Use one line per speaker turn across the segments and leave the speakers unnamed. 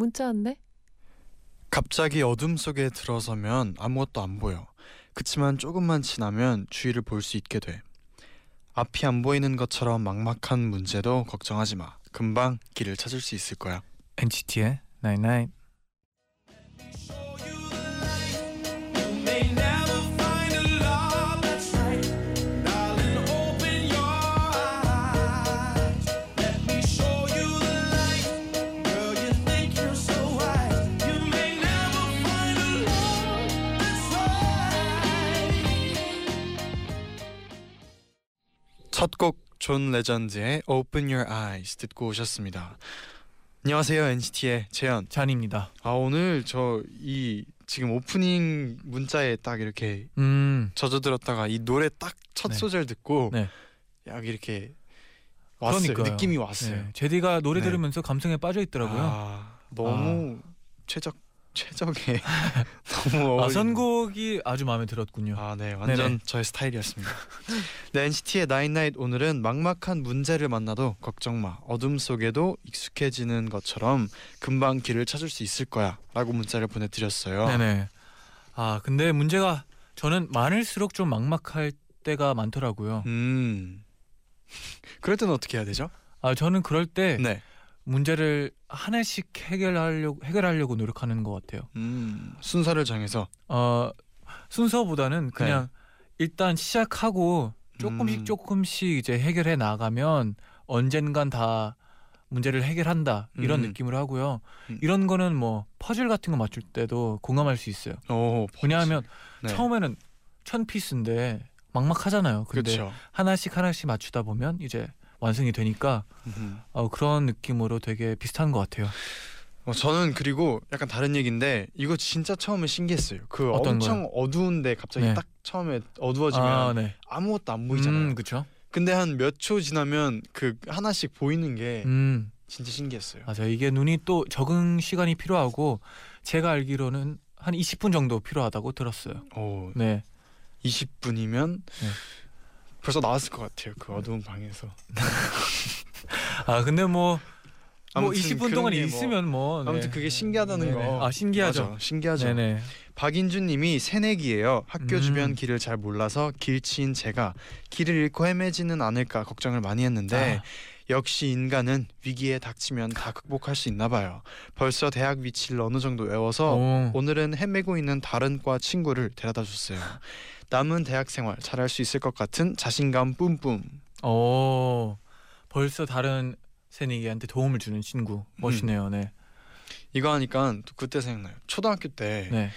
문자 왔네.
갑자기 어둠 속에 들어서면 아무것도 안 보여. 그치만 조금만 지나면 주위를 볼 수 있게 돼. 앞이 안 보이는 것처럼 막막한 문제도 걱정하지 마. 금방 길을 찾을 수 있을 거야.
NCT의 Night Night.
They never find a love that's right. Darling, open your eyes. Let me show you the light. Girl, you think you're so wise. You may never find a love that's right.
첫 곡 존 레전드의 Open Your Eyes 듣고 오셨습니다. 안녕하세요 NCT의 재현.
잔입니다.
아 오늘 저 이 지금 오프닝 문자에 딱 이렇게
음.
젖어들었다가 이 노래 딱 첫
네.
소절 듣고
네.
약 이렇게 왔어요.
그러니까요.
느낌이 왔어요.
네, 제디가 노래
네.
들으면서 감성에 빠져 있더라고요.
아, 너무 최적 최적의 너무
아,
어울리는-
선곡이 아주 마음에 들었군요.
아, 네, 완전
네네.
저의 스타일이었습니다. 네, NCT의 나인나잇 오늘은 막막한 문제를 만나도 걱정 마. 어둠 속에도 익숙해지는 것처럼 금방 길을 찾을 수 있을 거야라고 문자를 보내드렸어요.
네네. 아 근데 문제가 저는 많을수록 좀 막막할 때가 많더라고요.
음, 그럴 때는 어떻게 해야 되죠?
아 저는 그럴 때
네,
문제를 하나씩 해결하려고 해결하려고 노력하는 것 같아요.
음, 순서를 정해서
어 순서보다는 그냥 일단 시작하고 조금씩
네. 음.
조금씩 이제 해결해 나가면 언젠간 다 문제를 해결한다 이런
음.
느낌으로 하고요.
음.
이런 거는 뭐 퍼즐 같은 거 맞출 때도 공감할 수 있어요.
오,
왜냐하면
네.
처음에는 천 피스인데 막막하잖아요. 근데
그렇죠.
하나씩 하나씩 맞추다 보면 이제 완성이 되니까
음.
어, 그런 느낌으로 되게 비슷한 것 같아요.
어, 저는 그리고 약간 다른 얘기인데 이거 진짜 처음에 신기했어요. 그
어떤
엄청 어두운데 갑자기
네.
딱 처음에 어두워지면
아, 네.
아, 무것도안 보이잖아요.
음, 그렇죠.
근데 한 몇 초 지나면 그 하나씩 보이는 게
음,
진짜 신기했어요.
맞아요. 이게 눈이 또 적응 시간이 필요하고 제가 알기로는 한 20분 정도 필요하다고 들었어요.
오,
네.
20분이면
네. 뭐
벌써 나왔을 것 같아요. 그 어두운 방에서.
아 근데 뭐, 뭐
아무튼
20분
그런
동안
게 뭐-
있으면 뭐 네.
아무튼 그게 신기하다는
네네.
거.
아 신기하죠.
맞아, 신기하죠.
네네.
박인주님이 새내기예요. 학교
음.
주변 길을 잘 몰라서 길치인 제가 길을 잃고 헤매지는 않을까 걱정을 많이 했는데
아.
역시 인간은 위기에 닥치면 다 극복할 수 있나 봐요. 벌써 대학 위치를 어느 정도 외워서
오.
오늘은 헤매고 있는 다른 과 친구를 데려다 줬어요. 남은 대학 생활 잘할 수 있을 것 같은 자신감 뿜뿜.
오. 어. 벌써 다른 새내기한테 도움을 주는 친구 멋있네요. 네.
이거 하니까 또 그때 생각나요. 초등학교 때
네.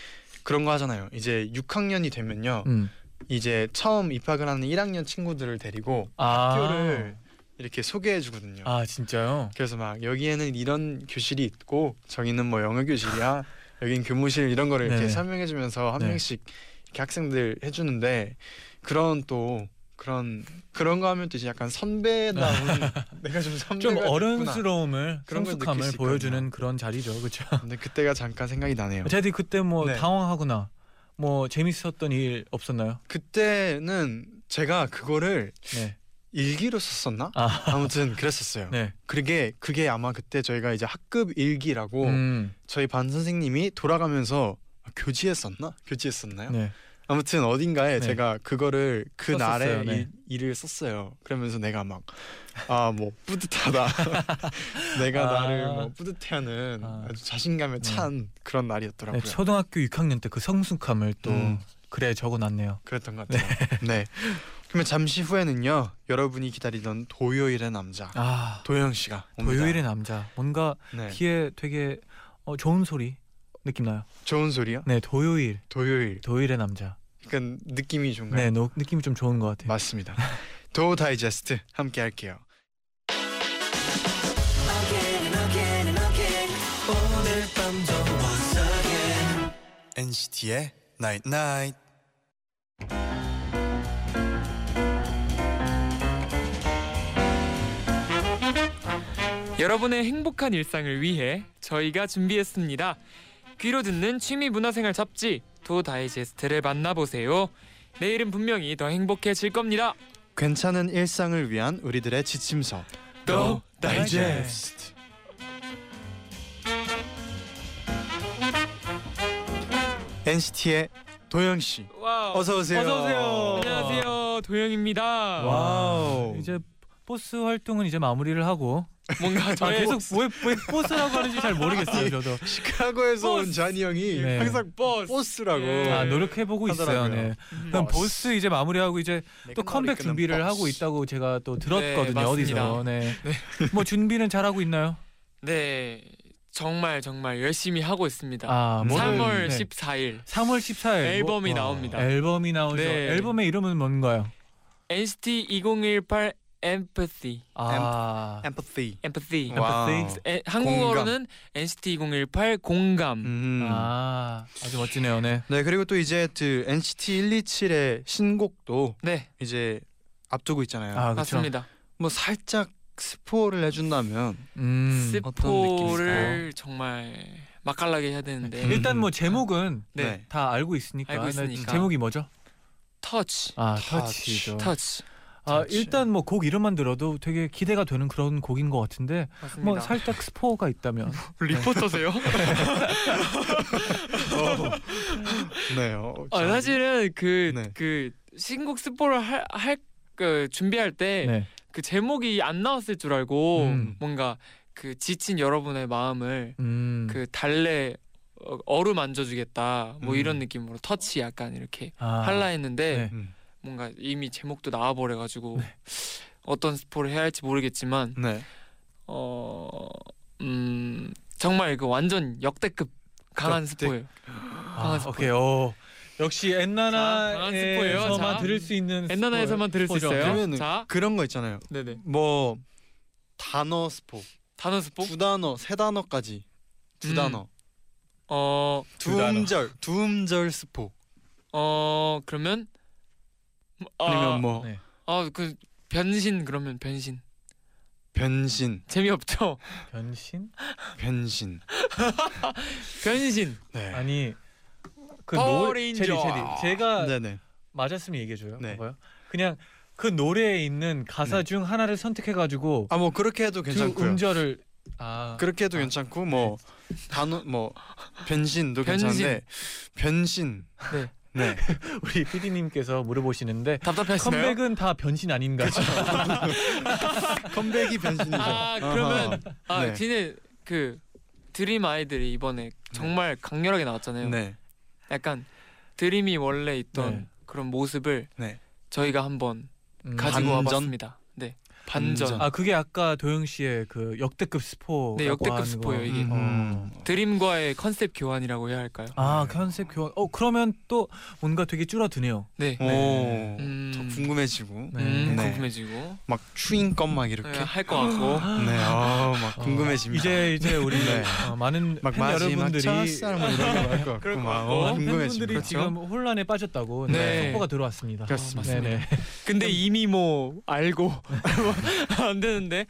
그런 거 하잖아요. 이제 6학년이 되면요.
음.
이제 처음 입학을 하는 1학년 친구들을 데리고
아.
학교를 이렇게 소개해 주거든요.
아 진짜요?
그래서 막 여기에는 이런 교실이 있고 저기는 뭐 영어 교실이야. 여긴 교무실 이런 거를 이렇게
네네.
설명해 주면서 한
네.
명씩 이렇게 학생들 해 주는데 그런 또 그런 그런 거 하면 또 이제 약간 선배다운 내가 좀 선배가
네. 좀
됐구나.
어른스러움을
그런 걸 느낄
성숙함을
수
보여주는
있거든요.
그런 자리죠, 그렇죠?
근데 그때가 잠깐 생각이 나네요.
제디 그때 뭐
네.
당황하거나 뭐 재밌었던 일 없었나요?
그때는 제가 그거를
네.
일기로 썼었나?
아.
아무튼 그랬었어요.
네.
그게 그게 아마 그때 저희가 이제 학급 일기라고
음.
저희 반 선생님이 돌아가면서 교지했었나? 교지했었나요?
네.
아무튼 어딘가에
네.
제가 그거를 그
썼었어요,
날에
네.
일, 을 썼어요. 그러면서 내가 막 아 뭐 뿌듯하다. 내가
아.
나를 뭐 뿌듯해하는
아.
아. 주 자신감에 찬 그런 날이었더라고요.
네, 초등학교 6학년 때 그 성숙함을 또
음.
글에 적어놨네요.
그랬던 것 같아요. 네. 그러면 잠시 후에는요 여러분이 기다리던 도요일의 남자
아,
도영 씨가 옵니다.
도요일의 남자. 뭔가
네.
귀에 되게 어, 좋은 소리 느낌 나요.
좋은 소리요?
네, 도요일,
도요일.
도요일의 남자.
약간 느낌이 좋은가요?
네, 노, 느낌이 좀 좋은 것 같아요.
맞습니다. 도 다이제스트 함께 할게요.
Again and again and again 오늘
NCT의 Night Night.
여러분의 행복한 일상을 위해 저희가 준비했습니다. 귀로 듣는 취미 문화생활 잡지 도 다이제스트를 만나보세요. 내일은 분명히 더 행복해질 겁니다.
괜찮은 일상을 위한 우리들의 지침서. 더 다이제스트. NCT의 도영 씨.
와우.
어서 오세요.
어서 오세요.
안녕하세요. 도영입니다.
와우.
이제 버스 활동은 이제 마무리를 하고
뭔가
아,
저의
계속 왜, 왜 버스라고 하는지 잘 모르겠어요 저도
시카고에서 온
버스.
잔이 형이
네.
항상
버스.
버스라고. 네.
예.
아, 노력해보고 있어요
하더라고요.
네. 그럼
버스.
버스 이제 마무리하고 이제
네,
또 컴백 준비를 하고 있다고 제가 또 들었거든요
네, 맞습니다.
어디서 네. 뭐 준비는 잘하고 있나요?
네. 정말 정말 열심히 하고 있습니다.
아, 뭐,
뭐는-
3월
네.
14일
3월 14일 뭐, 어,
앨범이
와.
나옵니다.
앨범이 나오죠.
네.
앨범의 이름은 뭔가요?
NCT 2018 Empathy.
아,
Empathy. 아,
Empathy.
와우.
에, 한국어로는 NCT 2018 공감.
음.
아 아주 멋지네요. 네.
네 그리고 또 이제 그 NCT 127의 신곡도
네,
이제 앞두고 있잖아요.
아, 그쵸.
맞습니다.
뭐 살짝 스포를 해준다면
음.
스포를 정말 맛깔나게 해야 되는데
음.
일단 뭐 제목은
네.
네.
다 알고 있으니까.
알고
네,
있으니까.
제목이 뭐죠?
터치,
아,
터치.
터치죠.
터치.
아,
터치.
일단 뭐 곡 이름만 들어도 되게 기대가 되는 그런 곡인 것 같은데
맞습니다.
뭐 살짝 스포가 있다면
리포터세요?
네. 어,
아,
참.
사실은 그 그
네.
신곡 스포를 할할그 준비할 때 그
네.
제목이 안 나왔을 줄 알고
음.
뭔가 그 지친 여러분의 마음을
음.
그 달래 어, 어루만져주겠다 뭐
음.
이런 느낌으로 터치 약간 이렇게
아,
할라 했는데
네.
음.
뭔가 이미 제목도 나와버려가지고 어떤 스포를 해야 할지 모르겠지만
네.
어, 음, 정말 그 완전 역대급 강한
역대-
스포예요.
아,
강한 스포.
오케이. 오. 역시
자, 강한 스포예요.
엔나나에서만
자.
들을 수 있는
엔나나에서만 들을 수
스포죠.
있어요.
그러면은-
자,
그런 거 있잖아요.
네네.
뭐 단어 스포
단어 스포.
두 단어 세 단어까지 두
음.
단어
어,
두
두 단어.
음절 두 음절 스포
어, 그러면 아,
아니면 뭐
네.
아, 그 변신 그러면 변신
변신
재미없죠.
변신?
변신
변신.
네
아니 그
파워
노래
레인저.
제디 제디 제가
네네
맞았으면 얘기해 줘요.
네.
봐봐요. 그냥 그 노래에 있는 가사
네.
중 하나를 선택해 가지고
아 뭐 그렇게 해도
그
괜찮고요
음절을 아
그렇게 해도
아.
괜찮고 뭐 단어 뭐 변신도
네. 변신.
괜찮은데 변신
네.
네
우리 PD님께서 물어보시는데
답답하시나요?
컴백은 다 변신 아닌가?
컴백이 변신이죠.
아, 그러면-
아하.
아,
네.
진의 그 드림 아이들이 이번에 정말 강렬하게 나왔잖아요.
네.
약간 드림이 원래 있던
네.
그런 모습을
네.
저희가 한번
음.
가지고
반전?
와봤습니다. 네, 반전.
반전.
아 그게 아까 도영 씨의 그 역대급 스포
네, 역대급 스포예요, 이게.
음.
아, 드림과의 컨셉 교환이라고 해야 할까요?
아 컨셉 교환. 어 그러면 또 뭔가 되게 줄어드네요.
네.
오.
네.
음.
더 궁금해지고
네.
음,
네.
궁금해지고
막 추인 것막 이렇게.
할 것 같고
네. 아, 막 궁금해집니다.
어, 이제 이제 우리
네.
어, 많은
막
팬
마지막
여러분들이
첫사랑 뭐 이런 거할것 같고
그럴 것
막
같고.
어, 궁금해집니다.
팬분들이 지금 혼란에 빠졌다고 네.
네.
속보가 들어왔습니다.
그렇습니다.
네네.
근데
음.
이미 뭐 알고 안 되는데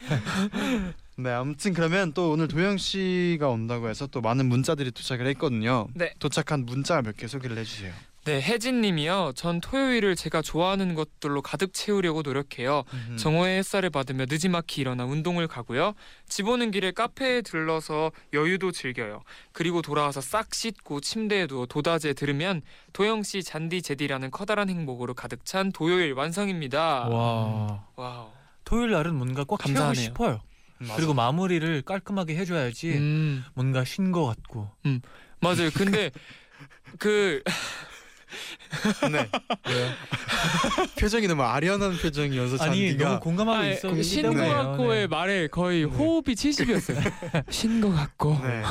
네, 아무튼 그러면 또 오늘 도영 씨가 온다고 해서 또 많은 문자들이 도착을 했거든요.
네.
도착한 문자 몇 개 소개를 해주세요.
네 혜진님이요 전 토요일을 제가 좋아하는 것들로 가득 채우려고 노력해요
음.
정오의 햇살을 받으며 늦지막히 일어나 운동을 가고요. 집 오는 길에 카페에 들러서 여유도 즐겨요. 그리고 돌아와서 싹 씻고 침대에 누워 도다제 들으면 도영 씨 잔디 제디라는 커다란 행복으로 가득 찬 도요일 완성입니다.
와
와우.
토요일 날은 뭔가 꽉 채우고
아. 감사하네요.
싶어요. 그리고 마무리를 깔끔하게 해줘야지
음.
뭔가 쉰 것 같고.
맞아요. 근데 그
네. 표정이 너무 아련한 표정이어서
아니
그 잔디가
너무 공감하고 있어. 네,
아, 신고 같고의 말에 거의 호흡이 70이었어요. 신고 같고
네.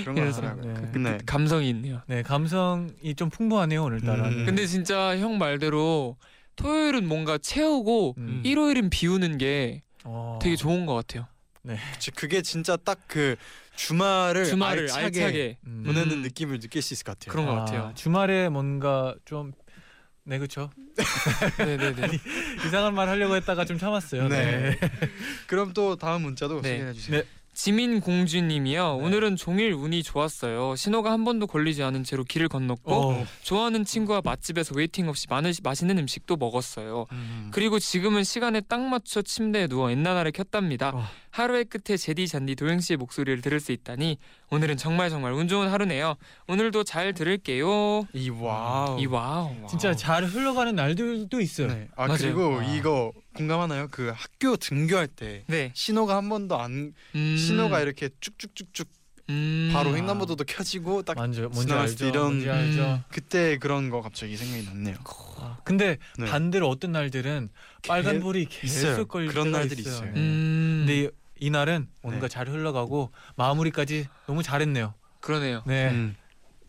그런 거
이래서,
하더라고요.
네.
네.
감성이 있네요.
네 감성이 좀 풍부하네요 오늘따라.
음.
근데 진짜 형 말대로 토요일은 뭔가 채우고
음.
일요일은 비우는 게
어.
되게 좋은 것 같아요.
네.
그치, 그게 진짜 딱 그 주말을,
주말을
알차게,
알차게,
음.
보내는
음.
느낌을 느낄 수 있을 것 같아요.
그런 것
아,
같아요.
주말에 뭔가 좀 네, 그렇죠.
네네네.
이상한 말 하려고 했다가 좀 참았어요.
네. 그럼 또 다음 문자도
네.
소개해 주세요.
지민공주님이요.
네.
오늘은 종일 운이 좋았어요. 신호가 한 번도 걸리지 않은 채로 길을 건넜고
어.
좋아하는 친구와 맛집에서 웨이팅 없이 많은 맛있는 음식도 먹었어요. 그리고 지금은 시간에 딱 맞춰 침대에 누워 엔나나를 켰답니다.
어.
하루의 끝에 제디 잔디 도영 씨의 목소리를 들을 수 있다니 오늘은 정말 정말 운 좋은 하루네요. 오늘도 잘 들을게요.
음, 이 와우.
이 와우. 와우.
어. 진짜 잘 흘러가는 날들도 있어요.
네. 아
맞아요.
그리고
아.
이거 공감하나요? 그 학교 등교할 때
네.
신호가 한 번도 안
음.
신호가 이렇게 쭉쭉쭉쭉
음.
바로
음.
횡단보도도 켜지고 딱
뭔지, 뭔지
지나갔을
알죠.
때 이런-
뭔지 알죠.
음.
그때 그런 거 갑자기 생각이 났네요.
아, 근데
네.
반대로 어떤 날들은 빨간 불이
있어요.
계속 걸릴
그런
때가
날들이 있어요. 네.
네.
음.
근데 이- 이날은 뭔가 잘 흘러가고 마무리까지 너무 잘했네요.
그러네요.
네,
음.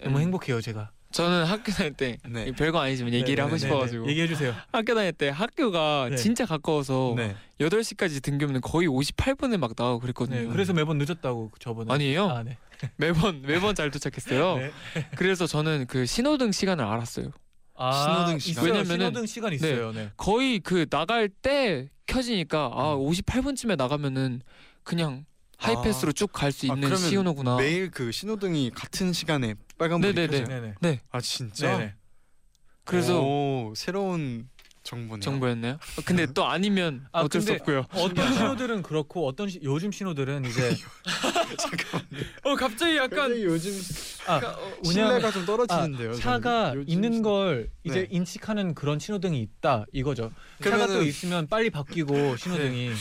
너무
음.
행복해요 제가.
저는 학교 다닐 때
네.
별거 아니지만 얘기를
네네네.
하고 싶어가지고
얘기해 주세요.
학교 다닐 때 학교가
네.
진짜 가까워서
네.
8시까지 등교면 거의 58분에 막 나가고 그랬거든요.
네, 그래서 매번 늦었다고 저번에.
음. 아니에요.
아, 네.
매번 매번 잘 도착했어요.
네.
그래서 저는 그 신호등 시간을 알았어요.
아,
신호등 시간.
있어요.
왜냐면은-
신호등 시간 있어요. 네.
거의 그 나갈 때 켜지니까 아
음.
58분쯤에 나가면은 그냥 하이패스로 쭉 갈 수
아,
있는
그러면
시간이구나.
매일 그 신호등이 같은 시간에 빨간불이
어. 네네네.
켜져요.
네, 네.
아 진짜?
네, 네.
그래서
오, 새로운 정보네요.
정보였나요? 어, 근데 또 아니면
아,
어쩔 수
근데-
없고요.
어떤 신호들은 그렇고 어떤 시, 요즘 신호들은 이제
어 갑자기
약간 요즘 어,
아, 왜냐면
신뢰가 좀 떨어지는데요.
아,
저는.
차가
요즘
있는 걸 이제
네.
인식하는 그런 신호등이 있다 이거죠. 차가 또
그러면은- 네.
있으면 빨리 바뀌고 신호등이
약간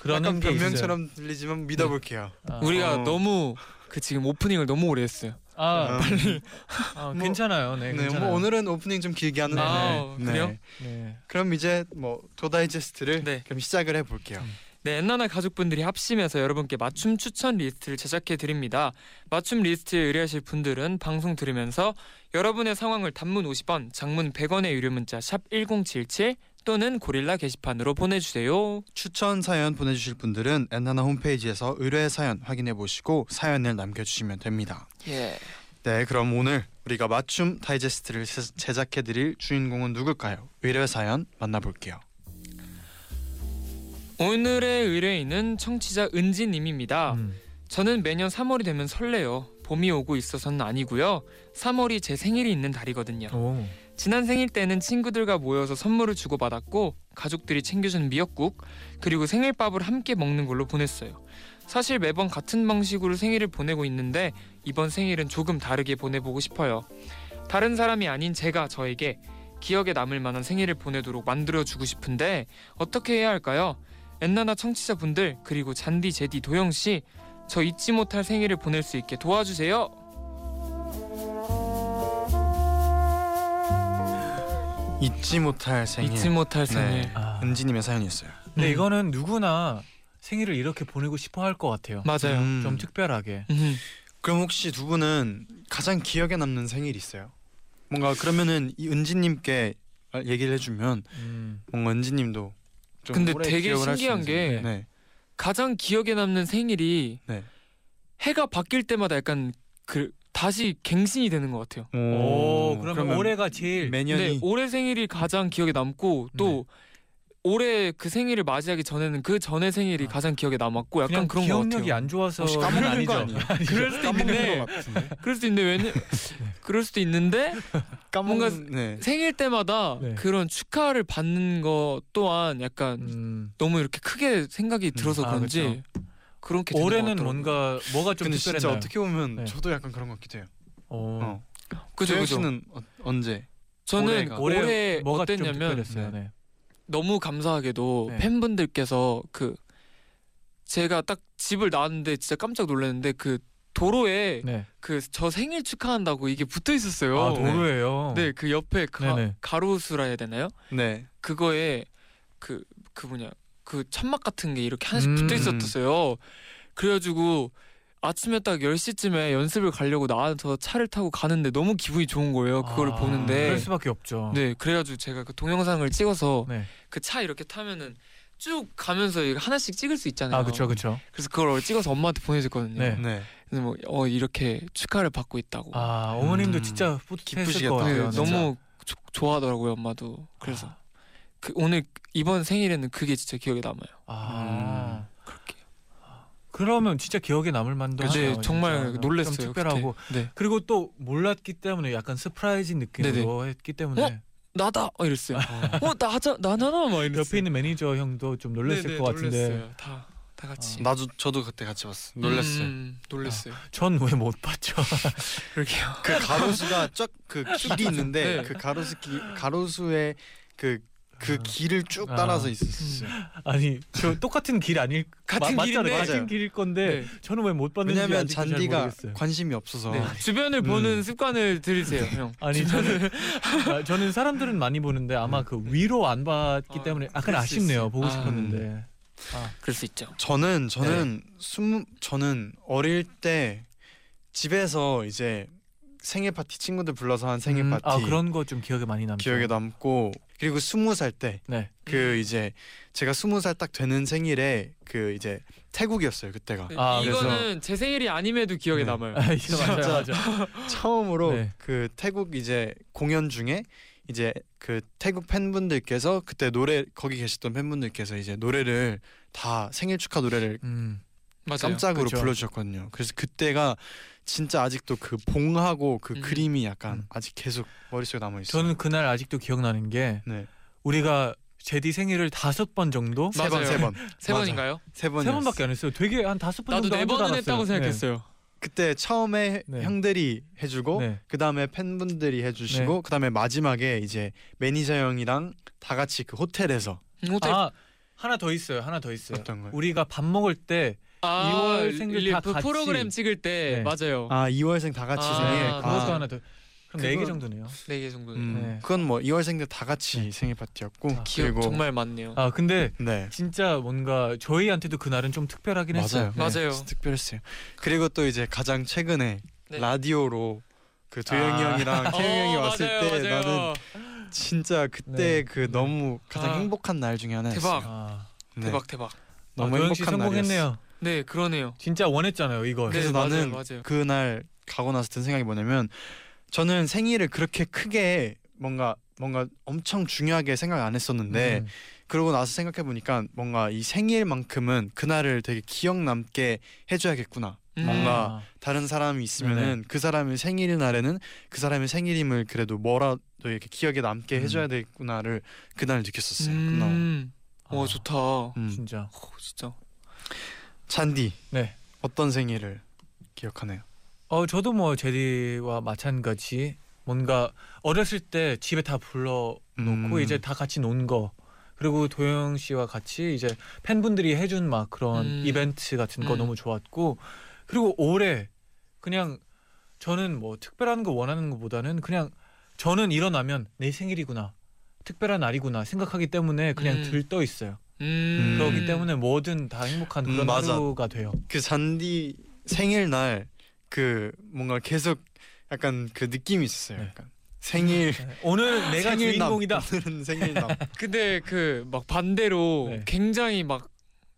그러는 게 있어요.
변명처럼 들리지만 믿어볼게요.
아,
우리가
어.
너무 그 지금 오프닝을 너무 오래 했어요.
아,
빨리.
아,
뭐-
괜찮아요. 네,
음, 네,
괜찮아요.
뭐 오늘은 오프닝 좀 길게 하는데.
아, 그래요?
네.
그럼 이제 뭐 도다이제스트를
네.
그럼 시작을 해볼게요.
네, 엔나나 가족분들이 합심해서 여러분께 맞춤 추천 리스트를 제작해 드립니다. 맞춤 리스트 의뢰하실 분들은 방송 들으면서 여러분의 상황을 단문 50원, 장문 100원의 유료 문자 샵 #1077 또는 고릴라 게시판으로 보내주세요.
추천 사연 보내주실 분들은 엔나나 홈페이지에서 의뢰 사연 확인해 보시고 사연을 남겨주시면 됩니다.
예.
네, 그럼 오늘 우리가 맞춤 다이제스트를 세- 제작해드릴 주인공은 누굴까요? 의뢰 사연 만나볼게요.
오늘의 의뢰인은 청취자
아.
은지님입니다.
음.
저는 매년 3월이 되면 설레요. 봄이 오고 있어서는 아니고요. 3월이 제 생일이 있는 달이거든요.
오.
지난 생일 때는 친구들과 모여서 선물을 주고받았고 가족들이 챙겨준 미역국 그리고 생일밥을 함께 먹는 걸로 보냈어요. 사실 매번 같은 방식으로 생일을 보내고 있는데 이번 생일은 조금 다르게 보내보고 싶어요. 다른 사람이 아닌 제가 저에게 기억에 남을 만한 생일을 보내도록 만들어주고 싶은데 어떻게 해야 할까요? 엔나나 청취자분들 그리고 잔디 제디 도영 씨 저 잊지 못할 생일을 보낼 수 있게 도와주세요.
잊지 못할 생일.
잊지 못할
네.
생일.
아.
은지님의 사연이었어요.
근데
음.
네, 이거는 누구나 생일을 이렇게 보내고 싶어 할 것 같아요.
맞아요.
음.
좀 특별하게.
음.
그럼 혹시 두 분은 가장 기억에 남는 생일 있어요? 뭔가 그러면은 이 은지님께 얘기를 해주면
음.
뭔가 은지님도 좀
근데
오래
되게
기억을 할수
신기한
있는
게
생일. 네.
가장 기억에 남는 생일이
네.
해가 바뀔 때마다 약간 그 다시 갱신이 되는 것 같아요.
음. 오, 그러면, 올해가 제일
근데
매년이
올해 생일이 가장 기억에 남고 또 올해 그 생일을 맞이하기 전에는 그 전에
네.
생일이
아.
가장 기억에 남았고 약간
그냥
그런 것
기억력이
같아요.
안 좋아서
혹시 네, 까먹는
아니죠.
거 아니에요?
그럴 수도
까먹는
있는데
것 같은데.
그럴 수도 있는데 왜냐
네.
그럴 수도 있는데 뭔가
까먹는- 네.
생일 때마다
네.
그런 축하를 받는 것 또한 약간
음.
너무 이렇게 크게 생각이 들어서
아, 그렇죠.
그런지 그렇게
올해는 뭔가 뭐가 좀
근데 진짜
특별했나요?
어떻게 보면
네.
저도 약간 그런 것 같기도 해요.
어.
어.
그죠
조영
그죠.
씨는 어, 언제?
저는
올해가.
올해,
뭐가 좀
어땠냐면
특별했어요. 네.
너무 감사하게도
네.
팬분들께서 그 제가 딱 집을 나왔는데 진짜 깜짝 놀랐는데 그 도로에
네.
그 저 생일 축하한다고 이게 붙어 있었어요.
아, 도로예요.
네, 그 옆에 가,
네네.
가로수라 해야 되나요?
네.
그거에 그 그 뭐냐 그 천막 같은 게 이렇게 하나씩
음.
붙어 있었어요. 그래가지고 아침에 딱 10시쯤에 연습을 가려고 나와서 차를 타고 가는데 너무 기분이 좋은 거예요. 어, 그걸
아,
보는데
그럴 수밖에 없죠.
네, 그래가지고 제가 그 동영상을 찍어서
네.
그 차 이렇게 타면은 쭉 가면서 이거 하나씩 찍을 수 있잖아요.
아 그쵸 그쵸.
그래서 그걸 찍어서 엄마한테 보내줬거든요.
네.
네.
근데 뭐 어, 이렇게 축하를 받고 있다고.
아 어머님도
음,
진짜 뿌듯했을
기쁘시겠다.
것
네,
같아요.
진짜.
너무 조- 좋아하더라고요 엄마도. 그래서 그 오늘 이번 생일에는 그게 진짜 기억에 남아요.
아
음, 그렇게.
그러면 진짜 기억에 남을 만도
근데
하네요.
정말
진짜. 좀
놀랬어요,
특별하고
네.
그리고 또 몰랐기 때문에 약간 스프라이즈 느낌으로 했기 때문에
어? 나다 어, 이랬어요. 어 나자 나나나 막 이랬어요.
아. 옆에 있는 매니저 형도 좀 놀랐을
네네,
것 같은데
놀랐어요. 다, 다 같이.
아.
나도 저도 그때 같이 봤어. 놀랐어요.
음, 놀랐어요.
전 왜 못 봤죠?
그러게요.
그 가로수가 쫙 그 길이 있는데
네.
그 가로수 길 가로수의 그 그
아.
길을 쭉
아.
따라서 있었어요.
아니 저 똑같은 길 아닐
같은
맞
길인데.
같은
맞아요.
길일 건데
네.
저는 왜 못 봤는지
왜냐면
아직도 잘
잔디가
모르겠어요.
관심이 없어서
네. 주변을
음.
보는 습관을 들이세요, 형.
아니 저는 아, 저는 사람들은 많이 보는데 아마 그 위로 안 봤기
아,
때문에 약간
그럴 수
아쉽네요
있어요.
보고
아.
싶었는데
그럴 수 있죠.
저는 저는
네.
스무 저는 어릴 때 집에서 이제 생일 파티 친구들 불러서 한 생일
음,
파티
아 그런 거 좀 기억에 많이 남죠.
기억에 남고 그리고 스무 살 때 그
네.
음.
이제 제가 스무 살 딱 되는 생일에 그 이제 태국이었어요 그때가
네.
아,
이거는 제 생일이 아님에도 기억에
네.
남아요.
아, 이거 맞아 맞아.
처음으로
네.
그 태국 이제 공연 중에 이제 그 태국 팬분들께서 그때 노래 거기 계셨던 팬분들께서 이제 노래를 다 생일 축하 노래를
음.
맞아요.
깜짝으로
그쵸.
불러주셨거든요. 그래서 그때가 진짜 아직도 그 봉하고 그
음.
그림이 약간
음.
아직 계속 머릿속에 남아 있어요.
저는 그날 아직도 기억나는 게
네.
우리가 제디 생일을 다섯 번 정도
세 번,
맞아요.
세 번,
세
맞아.
번인가요?
세 번.
세 번밖에 안 했어요. 되게 한 다섯 번
나도
정도
네
한줄
번은
알았어요.
했다고 생각했어요.
그때 처음에
네.
형들이 해주고
어,
네.
그 다음에 팬분들이 해주시고 그 다음에 마지막에 이제 매니저 형이랑 다 같이 그 호텔에서
음, 호텔
아 하나 더 있어요. 하나 더 있어요.
어떤 거요?
우리가 밥 먹을 때
아,
이월 생일
리-
다
그
같이.
프로그램 찍을
네.
때 맞아요.
아 2월생 다 같이
아,
생일.
아,
그것도 하나 더. 그럼 네 개
그건-
정도네요.
네 개 정도.
음,
네.
그건 뭐 2월생들 다 같이
네.
생일 파티였고
아,
기억
그리고
정말 많네요.
아 근데
네
진짜 뭔가 저희한테도 그날은 좀 특별하긴 했어요.
맞아요.
네.
맞아요.
진짜 특별했어요. 그리고 또 이제 가장 최근에
네.
라디오로 그 도영이
아.
형이랑
어,
태영이 형이 왔을
맞아요,
때
맞아요.
나는 진짜 그때
네.
그 너무 가장
아.
행복한 날 중에 하나였어요.
대박.
아,
네.
대박 대박.
너무
아, 도영 씨
행복한
성공했네요.
날이었어요.
네 그러네요.
진짜 원했잖아요 이걸.
어, 그래서
네, 맞아요,
나는
맞아요.
그날 가고 나서 든 생각이 뭐냐면 저는 생일을 그렇게 크게 뭔가 뭔가 엄청 중요하게 생각 안 했었는데
음.
그러고 나서 생각해 보니까 뭔가 이 생일만큼은 그날을 되게 기억 남게 해줘야겠구나.
음.
아,
뭔가 다른 사람이
네.
있으면은 그 사람의 생일인 날에는 그 사람의 생일임을 그래도 뭐라도 이렇게 기억에 남게
음.
해줘야 되겠구나를 그날 느꼈었어요. 그날.
음. 와
아,
좋다. 오,
음.
진짜.
진짜.
잔디.
네.
어떤 생일을 기억하나요?
어 저도 뭐 제디와 마찬가지 뭔가 어렸을 때 집에 다 불러 놓고
음.
이제 다 같이 논 거. 그리고 도영 씨와 같이 이제 팬분들이 해준 막 그런
음.
이벤트 같은 거
음.
너무 좋았고 그리고 올해 그냥 저는 뭐 특별한 거 원하는 것보다는 그냥 저는 일어나면 내 생일이구나 특별한 날이구나 생각하기 때문에 그냥
음.
들떠 있어요.
음.
그렇기 때문에 뭐든 다 행복한
음,
그런
맞아.
하루가 돼요.
그 잔디 생일날 그 뭔가 계속 약간 그 느낌이 있었어요.
네.
약간 생일
네. 오늘 내가
생일남.
주인공이다.
오늘은 생일남.
근데 그 막 반대로
네.
굉장히 막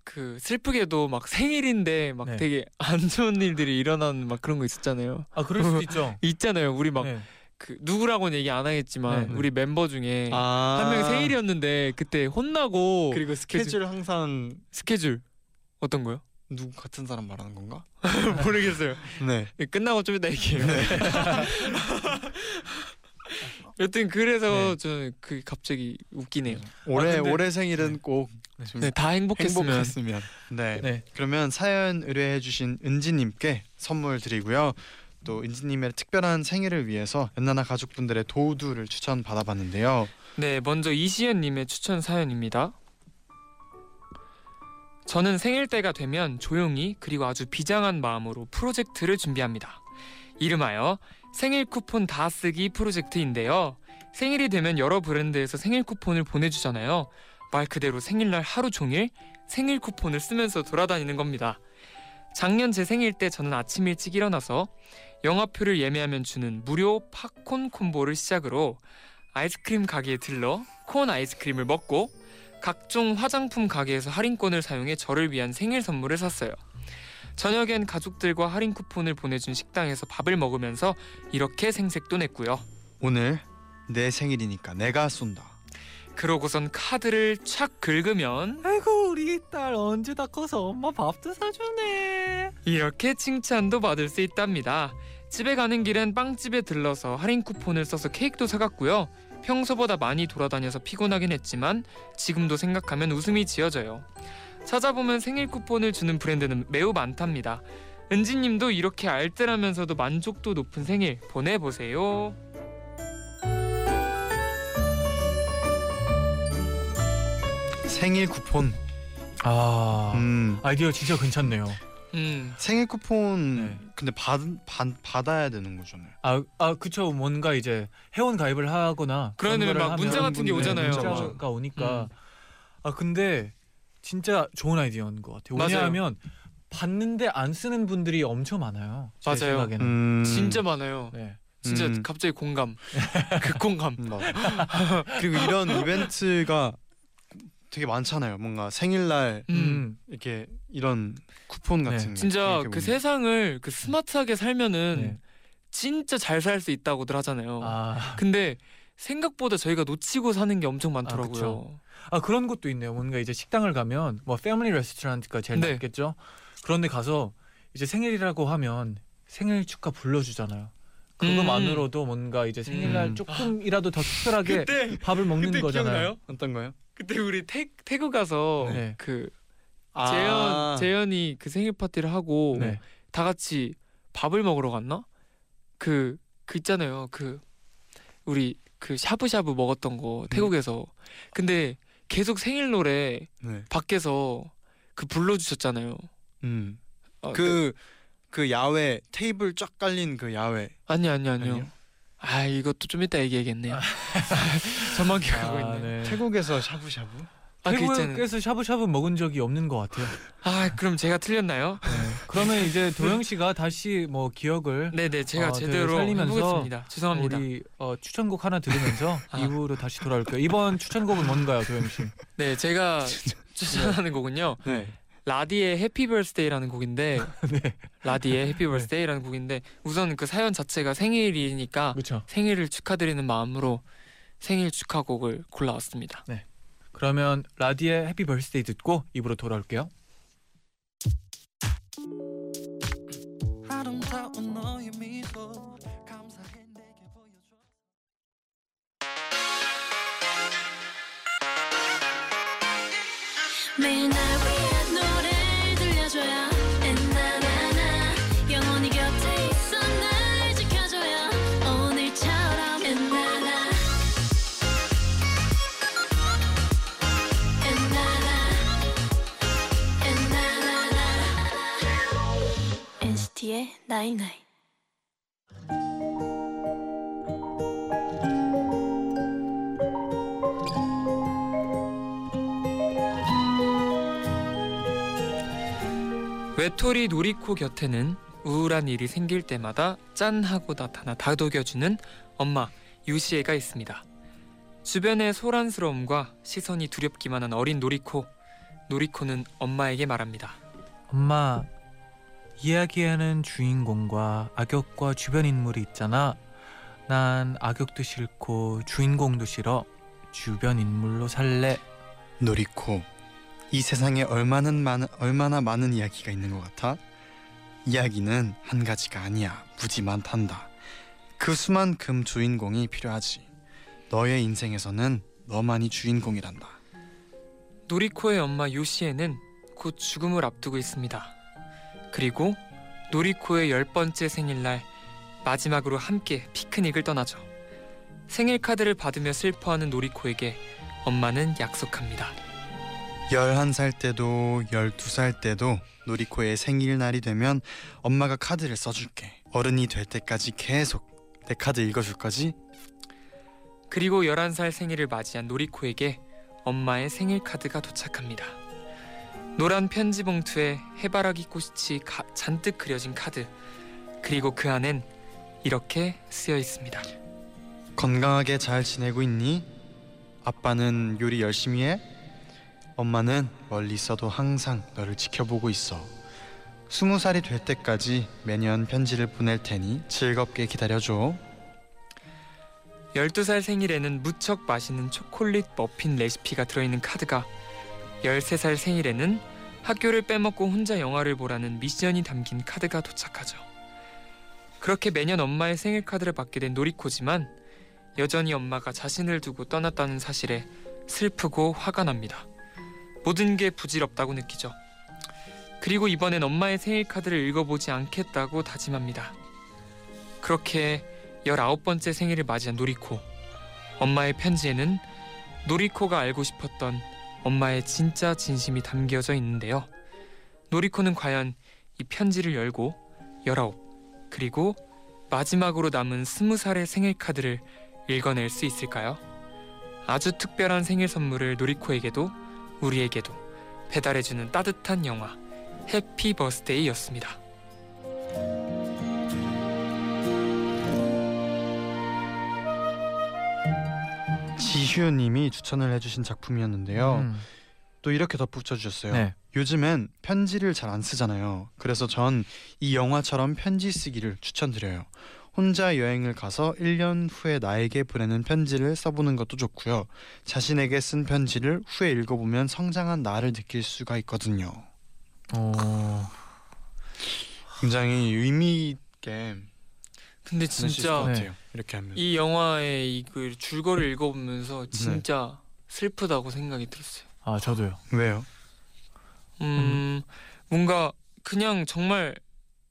그 슬프게도 막 생일인데 막
네.
되게 안 좋은 일들이 일어나는 막 그런 거 있었잖아요.
아 그럴 수도 있죠.
있잖아요. 우리 막
네.
그 누구라고는 얘기 안 하겠지만
네.
우리 멤버 중에
아.
한 명이 생일이었는데 그때 혼나고
그리고 스케줄 항상
스케줄 어떤 거요?
누구 같은 사람 말하는 건가?
모르겠어요. 네.
네.
예, 끝나고 좀 이따 얘기해요. 여튼 그래서
네.
저는 그 갑자기 웃기네요.
올해
근데-
올해 생일은
네.
꼭
네.
좀
네, 다 음. 행복했으면.
행복했으면. 네.
네.
그러면 사연 의뢰해주신 은지님께 선물 드리고요. 또 은지님의 특별한 생일을 위해서 연나나 가족분들의 도우두를 추천 받아봤는데요.
네, 먼저 이시연님의 추천 사연입니다. 저는 생일 때가 되면 조용히 그리고 아주 비장한 마음으로 프로젝트를 준비합니다. 이름하여 생일 쿠폰 다 쓰기 프로젝트인데요. 생일이 되면 여러 브랜드에서 생일 쿠폰을 보내주잖아요. 말 그대로 생일날 하루 종일 생일 쿠폰을 쓰면서 돌아다니는 겁니다. 작년 제 생일 때 저는 아침 일찍 일어나서 영화표를 예매하면 주는 무료 팝콘 콤보를 시작으로 아이스크림 가게에 들러 콘 아이스크림을 먹고 각종 화장품 가게에서 할인권을 사용해 저를 위한 생일 선물을 샀어요. 저녁엔 가족들과 할인 쿠폰을 보내준 식당에서 밥을 먹으면서 이렇게 생색도 냈고요.
오늘 내 생일이니까 내가 쏜다.
그러고선 카드를 착 긁으면
아이고 우리 딸 언제 다 커서 엄마 밥도 사주네.
이렇게 칭찬도 받을 수 있답니다. 집에 가는 길엔 빵집에 들러서 할인 쿠폰을 써서 케이크도 사갔고요. 평소보다 많이 돌아다녀서 피곤하긴 했지만 지금도 생각하면 웃음이 지어져요. 찾아보면 생일 쿠폰을 주는 브랜드는 매우 많답니다. 은지님도 이렇게 알뜰하면서도 만족도 높은 생일 보내보세요.
생일 쿠폰.
아
음.
아이디어 진짜 괜찮네요.
음,
생일 쿠폰
네.
근데 받, 받 받아야 되는 뭐. 거잖아요.
아, 아 그쵸 뭔가 이제 회원 가입을 하거나
그런
그런
의미
거를
막 문자
하면
같은 게
네,
오잖아요. 음.
문자가 오니까 아 근데 진짜 좋은 아이디어인 것 같아요.
맞아요.
왜냐하면 받는데 안 쓰는 분들이 엄청 많아요. 제
맞아요.
생각에는.
음.
진짜 많아요.
네.
진짜
음.
갑자기 공감, 그 극공감.
음, 맞아. 그리고 이런 이벤트가 되게 많잖아요. 뭔가 생일날
음.
음.
이렇게 이런 쿠폰
네,
같은 거
진짜
이렇게
그
보면.
세상을 그 스마트하게 살면은
네.
진짜 잘 살 수 있다고들 하잖아요.
아,
근데 생각보다 저희가 놓치고 사는 게 엄청 많더라고요.
그쵸. 아 그런 것도 있네요. 뭔가 이제 식당을 가면 뭐 패밀리 레스토랑트가 제일
네.
낫겠죠. 그런데 가서 이제 생일이라고 하면 생일 축하 불러주잖아요. 그거만으로도 뭔가 이제 생일날
음.
조금이라도 더 특별하게
음. 아, 그때
밥을 먹는
그때
거잖아요.
기억나요?
어떤 거요?
그때 우리 태, 태국 가서
네.
그 재현 재현이 그 생일 파티를 하고
네.
다 같이 밥을 먹으러 갔나? 그 그 있잖아요. 그 우리 그 샤브샤브 먹었던 거 태국에서. 근데 계속 생일 노래
네.
밖에서 그 불러주셨잖아요.
음.
아,
그 그 야외 테이블 쫙 깔린 그 야외.
아니 아니 아니요.
아니요?
아 이것도 좀 이따 얘기하겠네요. 저만 기억하고
아,
있네.
네.
태국에서 샤브샤브?
아, 그 있잖아요.
태국에서 샤브샤브 먹은 적이 없는 것 같아요. 네.
아 그럼 제가 틀렸나요?
그러면 이제 도영 씨가 다시 뭐 기억을
네네 제가
아, 네,
제대로
살리면서
해보겠습니다. 죄송합니다.
우리 어, 추천곡 하나 들으면서
아.
2부로 다시 돌아올게요. 이번 추천곡은 뭔가요, 도영 씨?
네 제가 추천하는 곡은요
네.
라디의 해피 벌스데이라는 곡인데
네,
라디의 해피 벌스데이라는 곡인데 우선 그 사연 자체가 생일이니까
그렇죠.
생일을 축하드리는 마음으로 생일 축하곡을 골라왔습니다.
그러면 라디의 해피 벌스데이 듣고 2부로 돌아올게요.
아름다운 너의 미소 감사해 내게 보여줘
매일 날 위한 노래를 들려줘요 엔나나나 영원히 곁에 있어 날 지켜줘요 오늘처럼 엔나나 엔나나 엔나나나 NCT의 나이나이
외톨이 놀이코 곁에는 우울한 일이 생길 때마다 짠 하고 나타나 다독여주는 엄마 유시애가 있습니다. 주변의 소란스러움과 시선이 두렵기만 한 어린 놀이코. 놀이코는 엄마에게 말합니다.
엄마, 이야기하는 주인공과 악역과 주변 인물이 있잖아. 난 악역도 싫고 주인공도 싫어. 주변 인물로 살래.
놀이코. 이 세상에 얼마나 많은 얼마나 많은 이야기가 있는 것 같아? 이야기는 한 가지가 아니야. 무지 많단다. 그 수만큼 주인공이 필요하지. 너의 인생에서는 너만이 주인공이란다.
놀이코의 엄마 요시에는 곧 죽음을 앞두고 있습니다. 그리고 놀이코의 열 번째 생일날 마지막으로 함께 피크닉을 떠나죠. 생일 카드를 받으며 슬퍼하는 놀이코에게 엄마는 약속합니다.
11살 때도 12살 때도 놀이코의 생일날이 되면 엄마가 카드를 써줄게. 어른이 될 때까지 계속 내 카드 읽어줄까지?
그리고 11살 생일을 맞이한 노리코에게 엄마의 생일 카드가 도착합니다. 노란 편지 봉투에 해바라기 꽃이 가- 잔뜩 그려진 카드. 그리고 그 안엔 이렇게 쓰여 있습니다.
건강하게 잘 지내고 있니? 아빠는 요리 열심히 해? 엄마는 멀리 있어도 항상 너를 지켜보고 있어. 스무 살이 될 때까지 매년 편지를 보낼 테니 즐겁게 기다려줘.
12살 생일에는 무척 맛있는 초콜릿 머핀 레시피가 들어있는 카드가 13살 생일에는 학교를 빼먹고 혼자 영화를 보라는 미션이 담긴 카드가 도착하죠. 그렇게 매년 엄마의 생일 카드를 받게 된 노리코지만 여전히 엄마가 자신을 두고 떠났다는 사실에 슬프고 화가 납니다. 모든 게 부질없다고 느끼죠. 그리고 이번엔 엄마의 생일 카드를 읽어보지 않겠다고 다짐합니다. 그렇게 19번째 생일을 맞이한 노리코. 엄마의 편지에는 노리코가 알고 싶었던 엄마의 진짜 진심이 담겨져 있는데요. 노리코는 과연 이 편지를 열고 19 그리고 마지막으로 남은 20살의 생일 카드를 읽어낼 수 있을까요? 아주 특별한 생일 선물을 노리코에게도 우리에게도 배달해주는 따뜻한 영화 해피 버스데이였습니다.
지휴님이 추천을 해주신 작품이었는데요.
음.
또 이렇게 덧붙여 주셨어요.
네.
요즘엔 편지를 잘 안 쓰잖아요. 그래서 전 이 영화처럼 편지 쓰기를 추천드려요. 혼자 여행을 가서 1년 후에 나에게 보내는 편지를 써보는 것도 좋고요. 자신에게 쓴 편지를 후에 읽어보면 성장한 나를 느낄 수가 있거든요.
어.
굉장히 의미 있게
근데
보내실 수
진짜
있을 것
네.
같아요. 이렇게 하면
이 영화의 이그 줄거리를 읽어보면서 진짜 슬프다고 생각이 들었어요.
아 저도요.
왜요?
음, 뭔가 그냥 정말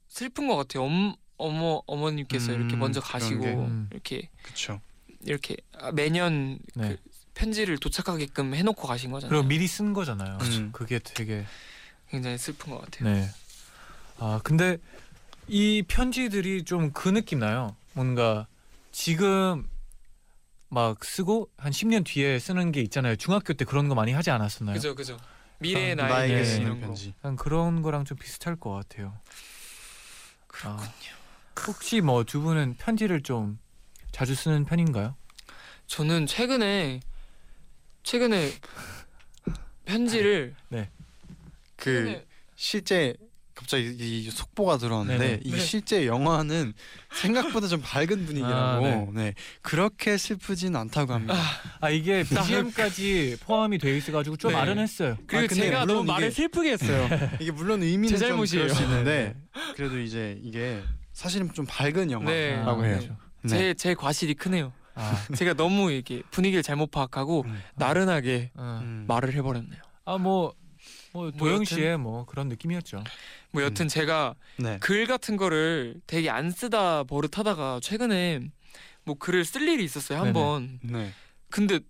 슬픈 것 같아요. 엄, 어머 어머님께서
음,
이렇게 먼저
그런
가시고
게.
음.
이렇게
그렇죠.
이렇게 아, 매년
네.
편지를 도착하게끔 해놓고 가신 거잖아요.
그리고 미리 쓴 거잖아요.
그쵸.
그게 되게
굉장히 슬픈 것 같아요.
네. 아 근데 이 편지들이 좀 그 느낌 나요. 뭔가 지금 막 쓰고 한 10년 뒤에 쓰는 게 있잖아요. 중학교 때 그런 거 많이 하지 않았었나요?
그죠 그죠. 미래의
아,
나에게
나에게
네.
쓰는
이런 거.
편지.
약간 그런 거랑 좀 비슷할 것 같아요. 그렇군요. 혹시 뭐 두 분은 편지를 좀 자주 쓰는 편인가요?
저는 최근에 최근에 편지를 네.
그 실제 갑자기 이 속보가 들어왔는데
네네.
이
네.
실제 영화는 생각보다 좀 밝은 분위기라고
아,
네.
네.
그렇게 슬프진 않다고 합니다.
아 이게 BGM까지 포함이 돼 있어가지고 좀
네.
아련했어요.
그리고
아, 근데
제가
물론
너무 말을
이게-
슬프게 했어요.
이게 물론 의미는
제
좀
잘못이에요.
그럴 수 있는데 그래도 이제 이게 사실은 좀 밝은
네.
영화라고 해요.
네.
네.
제 제 과실이 크네요.
아,
제가 너무 이게 분위기를 잘못 파악하고
음.
나른하게
음.
음.
말을 해버렸네요.
아뭐 뭐 도영
여튼.
씨의 뭐 그런 느낌이었죠.
뭐 여튼 제가
네.
글 같은 거를 되게 안 쓰다 버릇하다가 최근에 뭐 글을 쓸 일이 있었어요
네네.
한번.
네.
근데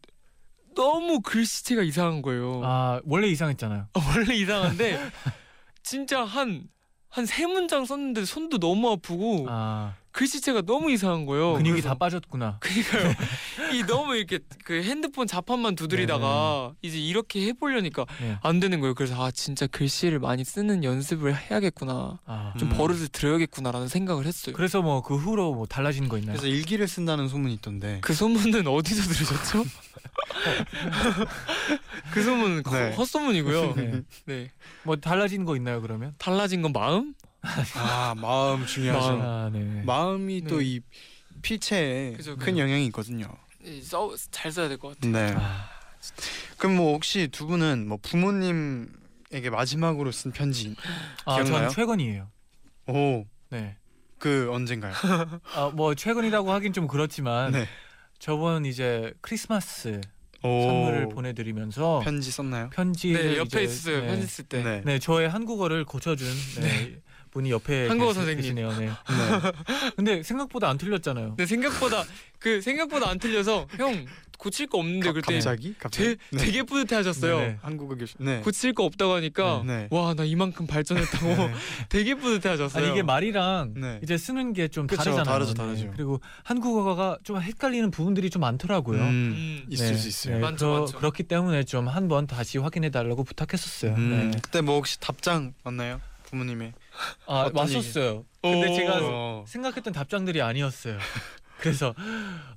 너무 글씨체가 이상한 거예요.
아 원래 이상했잖아요.
원래 이상한데 진짜 한 한 세 문장 썼는데 손도 너무 아프고
아
글씨체가 너무 이상한 거예요.
근육이
어, 그래서
다 빠졌구나.
그니까요. 이 너무 이렇게 그 핸드폰 자판만 두드리다가 이제 이렇게 해보려니까
네.
안 되는 거예요. 그래서 아 진짜 글씨를 많이 쓰는 연습을 해야겠구나.
아
좀
음.
버릇을 들여야겠구나라는 생각을 했어요. 그
그래서 뭐 그 후로 뭐 달라진 거 있나요?
그래서 일기를 쓴다는 소문이 있던데.
그 소문은 어디서 들으셨죠? 그 소문은 거-
네.
헛소문이고요. 네.
네. 뭐 달라진 거 있나요 그러면?
달라진 건 마음?
아 마음 중요하죠.
아 네.
마음. 이
네.
또 이 필체에
그죠,
큰
그죠.
영향이 있거든요.
이 써, 잘 써야 될 것 같아요.
네.
아,
그럼 뭐 혹시 두 분은 뭐 부모님에게 마지막으로 쓴 편지
아,
기억나요?
전 최근이에요.
오
네.
그 언젠가요?
아 뭐 최근이라고 하긴 좀 그렇지만
네.
저번 이제 크리스마스
오
선물을 보내드리면서
편지 썼나요?
편지를
네,
이제-
옆에 있었어요.
네.
편지 쓸 때.
네, 저의 한국어를 고쳐준 네, 분이 옆에
한국어
계시-
선생님.
계시네요. 네. 근데 생각보다 안 틀렸잖아요.
네,
근데 생각보다 그 생각보다 안 틀려서 형 고칠 거 없는데
가-
그때
네. 갑자기
되,
갑자기
되게 뿌듯해하셨어요.
네네.
한국어 교실 네.
고칠 거 없다고 하니까
네.
와 나 이만큼 발전했다고 되게 뿌듯해하셨어요.
아니 이게 말이랑
네.
이제 쓰는 게 좀
그쵸,
다르잖아요. 네.
다르죠, 다르죠.
그리고 한국어가 좀 헷갈리는 부분들이 좀 많더라고요. 네.
음,
음.
있을 수 있어요.
많죠,
그러-
많죠.
그렇기 때문에 좀 한 번 다시 확인해 달라고 부탁했었어요.
음.
네.
그때 뭐 혹시 답장 왔나요? 부모님의
아
어떤
왔었어요. 근데
오.
제가
어.
생각했던 답장들이 아니었어요. 그래서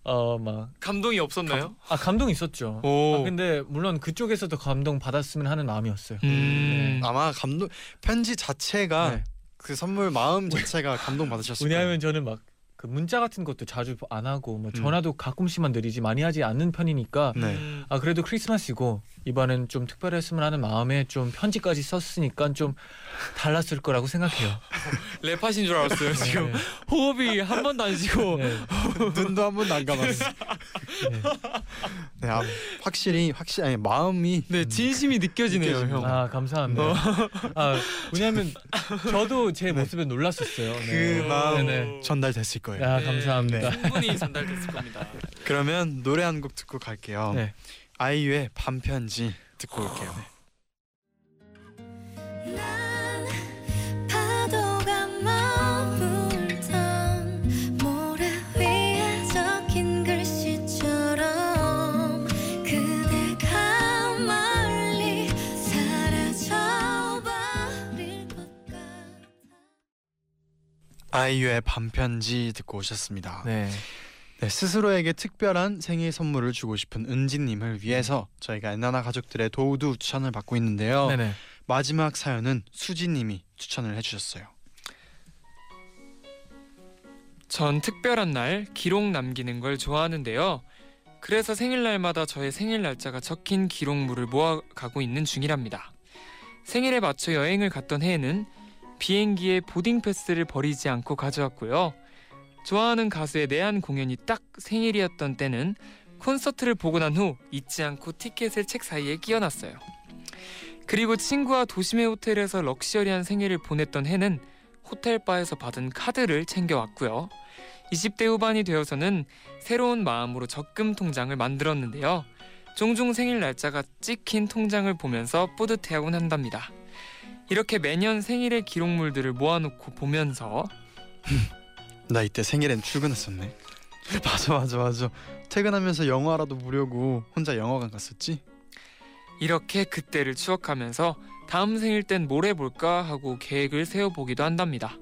어막
감동이 없었나요?
아 감동 있었죠.
오.
아, 근데 물론 그쪽에서도 감동 받았으면 하는 마음이었어요.
음.
네. 아마 감동 편지 자체가
네.
그 선물 마음 자체가 감동 받으셨을 거예요.
왜냐하면 저는 막 그 문자 같은 것도 자주 안 하고 뭐 전화도 가끔씩만 드리지 많이 하지 않는 편이니까
네.
음.
아 그래도 크리스마스이고 이번엔 좀 특별했으면 하는 마음에 좀 편지까지 썼으니까 좀 달랐을 거라고 생각해요.
랩하신 줄 알았어요 지금
네,
뭐 호흡이 한 번도 안 쉬고
네.
눈도 한 번도 안 감았어.
네.
네, 아, 확실히 확실히 아니, 마음이
네 진심이 느껴지네요
느껴지네요.
형
아 감사합니다. 아 왜냐하면 저도 제 모습에 놀랐었어요. 네.
그 마음
네네.
전달됐을 거예요.
아
네,
감사합니다.
충분히 전달됐을 겁니다
그러면 노래 한 곡 듣고 갈게요.
네.
아이유의 반편지 듣고 올게요.
난 파도가 머물던 모래 위에 적힌 글씨처럼 그대가 멀리 사라져버릴 것 같아
아이유의 반편지 듣고 오셨습니다.
네.
네, 스스로에게 특별한 생일 선물을 주고 싶은 은지님을 위해서 저희가 엔나나 가족들의 도우두 추천을 받고 있는데요.
어, 네네.
마지막 사연은 수지님이 추천을 해주셨어요.
전 특별한 날 기록 남기는 걸 좋아하는데요. 그래서 생일날마다 저의 생일 날짜가 적힌 기록물을 모아가고 있는 중이랍니다. 생일에 맞춰 여행을 갔던 해에는 비행기에 보딩 패스를 버리지 않고 가져왔고요. 좋아하는 가수의 내한 공연이 딱 생일이었던 때는 콘서트를 보고 난 후 잊지 않고 티켓을 책 사이에 끼워놨어요. 그리고 친구와 도심의 호텔에서 럭셔리한 생일을 보냈던 해는 호텔 바에서 받은 카드를 챙겨왔고요. 20대 후반이 되어서는 새로운 마음으로 적금 통장을 만들었는데요. 종종 생일 날짜가 찍힌 통장을 보면서 뿌듯해하곤 한답니다. 이렇게 매년 생일의 기록물들을 모아놓고 보면서
나 이때 생일엔 출근했었네. 맞아 맞아 맞아. 퇴근하면서 영화라도 보려고 혼자 영화관 갔었지.
이렇게 그때를 추억하면서 다음 생일 땐 뭘 해볼까 하고 계획을 세워보기도 한답니다.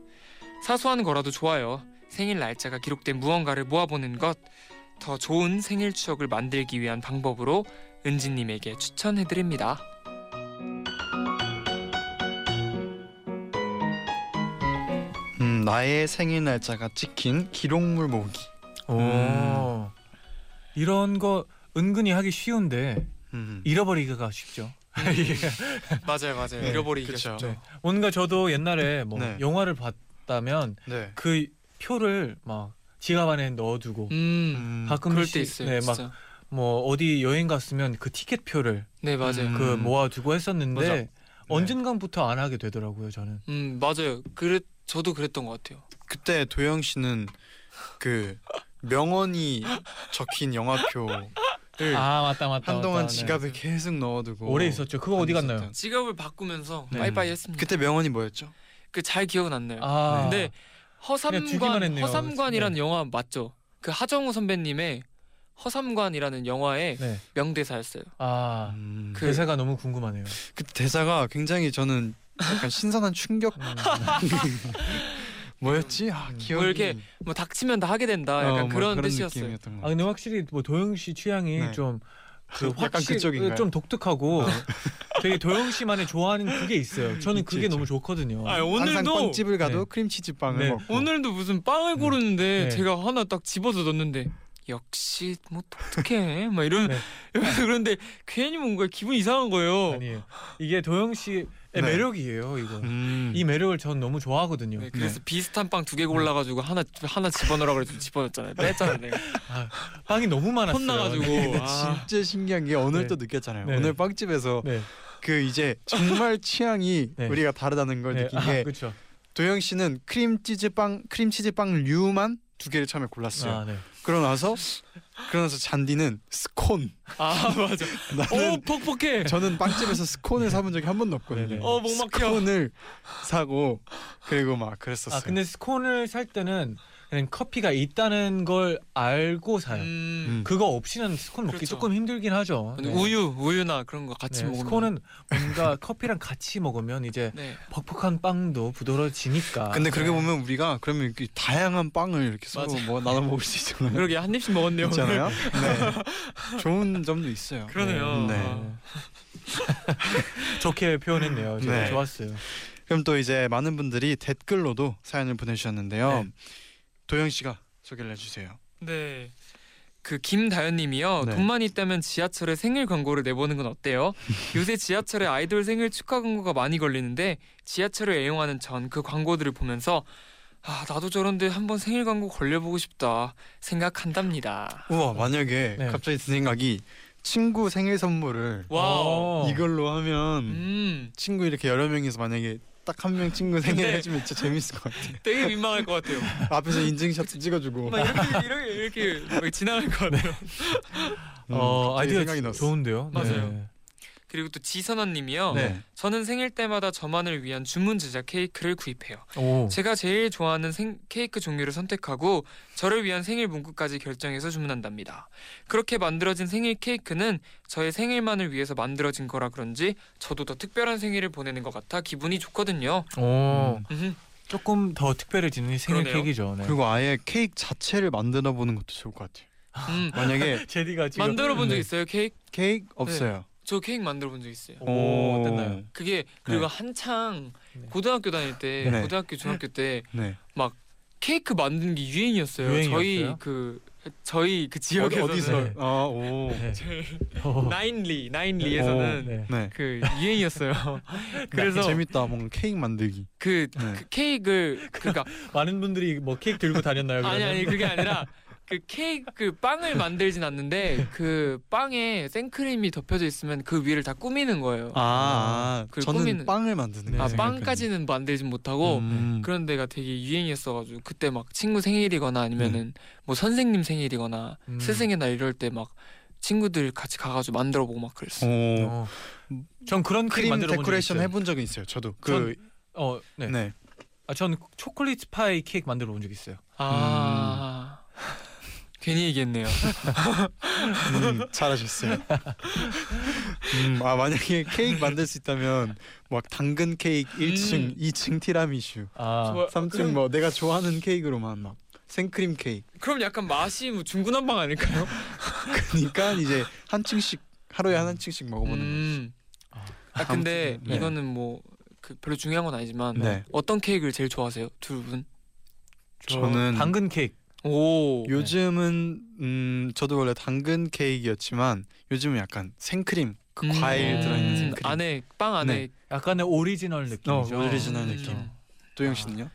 사소한 거라도 좋아요. 생일 날짜가 기록된 무언가를 모아보는 것, 더 좋은 생일 추억을 만들기 위한 방법으로 은지님에게 추천해드립니다.
음, 나의 생일 날짜가 찍힌 기록물 모으기.
오.
음.
이런 거 은근히 하기 쉬운데
음.
잃어버리기가 쉽죠.
맞아요, 맞아요.
네,
잃어버리기가
그쵸.
쉽죠.
뭔가 저도 옛날에 뭐
네.
영화를 봤다면
네.
그 표를 막 지갑 안에 넣어두고
음,
음,
가끔씩
그럴 때 있어요.
네, 막
진짜.
뭐 어디 여행 갔으면 그 티켓 표를
네, 맞아요.
음.
음,
그 모아두고 했었는데
맞아. 네.
언젠간부터 안 하게 되더라고요 저는.
음, 맞아요. 그랬, 저도 그랬던 것 같아요.
그때 도영 씨는 그 명언이 적힌 영화표를
아 맞다 맞다.
그 한동안
맞다, 네.
지갑에 계속 넣어두고
오래 있었죠. 그거 어디 갔나요?
있었던.
지갑을 바꾸면서
네.
빠이빠이 했습니다.
그때 명언이 뭐였죠?
그 잘 기억은 안 나요.
아
근데
주기만
허삼관
했네요.
허삼관이란
네.
영화 맞죠? 그 하정우 선배님의 허삼관이라는 영화의
네.
명대사였어요.
아
음.
그 대사가 너무 궁금하네요.
그 대사가 굉장히 저는 약간 신선한 충격
음.
뭐였지? 아
음.
기억이
뭐 이렇게 뭐 닥치면 다 하게 된다.
어,
약간
뭐
그런, 뜻이었어요.
느낌이었던 것
아 근데 확실히 뭐 도영 씨 취향이
네.
좀 그
약간
확실히
그쪽인가요? 아.
좀 독특하고 되게 도영 씨만의 좋아하는 그게 있어요. 저는 그게 너무 좋거든요.
아
같아요. 항상
오늘도
빵집을 가도
네.
크림치즈 빵을
네.
먹고
오늘도 무슨 빵을 고르는데
네.
제가 하나 딱 집어서 넣었는데 역시 뭐 독특해 막 이런
네.
이러면서 그런데 괜히 뭔가 기분 이상한 거예요.
아니에요. 이게 도영 씨의
네.
매력이에요. 이거
음.
이 매력을 전 너무 좋아하거든요.
네, 그래서 비슷한 빵 두 개 골라가지고 하나 하나 집어넣으라 그래서 집어넣었잖아요. 뺐잖아요. 내가.
빵이 너무 많았어요.
혼나가지고
네.
아,
진짜 신기한 게 오늘
네.
또 느꼈잖아요.
네.
오늘 빵집에서
네,
그 이제 정말 취향이
네.
우리가 다르다는 걸
네.
느낀 게
아, 그렇죠.
도영 씨는 크림치즈 빵 크림치즈 빵류만 두 개를 처음에 골랐어요.
아, 네.
그러고 나서 그러고 나서 잔디는 스콘.
아 맞아.
나는
아,
오 퍽퍽해.
저는 빵집에서 스콘을 사본 적이 한 번도 없거든요.
네네.
어, 목 막혀.
스콘을 사고 그리고 막
아
그랬었어요.
근데 스콘을 살 때는 그냥 커피가 있다는 걸 알고 사요.
음.
그거 없이는 스콘 먹기
그렇죠.
조금 힘들긴 하죠. 네.
우유, 우유나 그런 거 같이
네,
먹으면
스콘은 뭔가 커피랑 같이 먹으면 이제
네.
퍽퍽한 빵도 부드러지니까.
근데 그렇게 보면 우리가 그러면 이렇게 다양한 빵을 이렇게 서로
맞아.
뭐 나눠 먹을 수 있잖아요.
그러게 한 입씩 먹었네요.
있잖아요. 네. 좋은 점도 있어요.
그러네요.
네.
어.
좋게 표현했네요. 제가
네.
좋았어요.
그럼 또 이제 많은 분들이 댓글로도 사연을 보내주셨는데요.
네.
도영 씨가 소개를 해주세요.
네. 그 김다현님이요.
네.
돈만 있다면 지하철에 생일 광고를 내보는 건 어때요? 요새 지하철에 아이돌 생일 축하 광고가 많이 걸리는데 지하철을 애용하는 전 그 광고들을 보면서 아 나도 저런데 한번 생일 광고 걸려보고 싶다 생각한답니다.
우와 만약에
네.
갑자기 든 생각이 친구 생일 선물을
와우.
어.
이걸로 하면
음
친구 이렇게 여러 명이서 만약에 딱 한 명 친구 생일
근데-
해주면 진짜 재밌을 것 같아요.
음. 되게 민망할 것 같아요.
앞에서 인증샷도 찍어주고.
막 이렇게 이렇게 이렇게 막 지나갈 것
네.
같아요.
음,
어
갑자기
아이디어
생각이
좋-
났어.
좋은데요.
맞아요.
네.
그리고 또 지선아님이요.
네.
저는 생일 때마다 저만을 위한 주문 제작 케이크를 구입해요.
오.
제가 제일 좋아하는 생- 케이크 종류를 선택하고 저를 위한 생일 문구까지 결정해서 주문한답니다. 그렇게 만들어진 생일 케이크는 저의 생일만을 위해서 만들어진 거라 그런지 저도 더 특별한 생일을 보내는 것 같아 기분이 좋거든요.
오.
음.
음흠.
조금 더 특별해지는 생일
그러네요.
케이크죠. 네.
그리고 아예 케이크 자체를 만들어 보는 것도 좋을 것 같아요.
음.
만약에
제디가 지금 네.
만들어 본 적 있어요 케이크?
케이크 없어요.
저 케이크 만들어 본 적 있어요.
오, 어땠나요?
그게
네.
그리고 한창
네.
고등학교 다닐 때
네.
고등학교 중학교 때
네.
케이크 만드는 게 유행이었어요. 저희
유행이었어요?
그 저희 그 지역에서는
어디- 어디서?
네.
아 오. 네.
네. 오.
나인리 나인리에서는
네.
그 유행이었어요. 그래서
재밌다. 뭔가 케이크 만들기.
그,
네.
그 케이크를 그니까
많은 분들이 뭐 케이크 들고 다녔나요? 그러면?
아니 아니 그게 아니라 그 케이크 그 빵을 만들진 않는데 그 빵에 생크림이 덮여져 있으면 그 위를 다 꾸미는 거예요. 아,
아,
그
저는
꾸미는-
빵을 만드는
네.
거
아,
생각했는데.
빵까지는 만들진 못하고
음.
그런 데가 되게 유행이었어가지고 그때 막 친구 생일이거나 아니면은 뭐 선생님 생일이거나
음.
스승의 날 이럴 때 막 친구들 같이 가가지고 만들어보고 막 그랬어. 음. 요
오.
어. 전 그런 케이크
크림
만들어 본 적이
데코레이션
있어요.
해본 적은 있어요. 저도 그
어, 네.
네.
아, 전 초콜릿 파이 케이크 만들어 본 적 있어요.
아 괜히 얘기했네요.
음, 잘하셨어요. 음, 아 만약에 케이크 만들 수 있다면 막 당근 케이크 1층,
음.
2층 티라미슈,
아,
좋아.
3층 뭐 내가 좋아하는 케이크로만 막 생크림 케이크.
그럼 약간 맛이 뭐 중구난방 아닐까요?
그러니까 이제 한 층씩 하루에 한 층씩 먹어보는
음.
아,
아 근데
아무튼, 네.
이거는 뭐 그 별로 중요한 건 아니지만
거. 네.
어떤 케이크를 제일 좋아하세요 두 분?
저
저는
당근 케이크.
오.
요즘은 음 저도 원래 당근 케이크였지만 요즘은 약간 생크림 그
음,
과일 들어있는
음,
생크림.
안에 빵 안에
약간의 오리지널 느낌이죠.
어, 오리지널 느낌.
음,
도영 씨는요?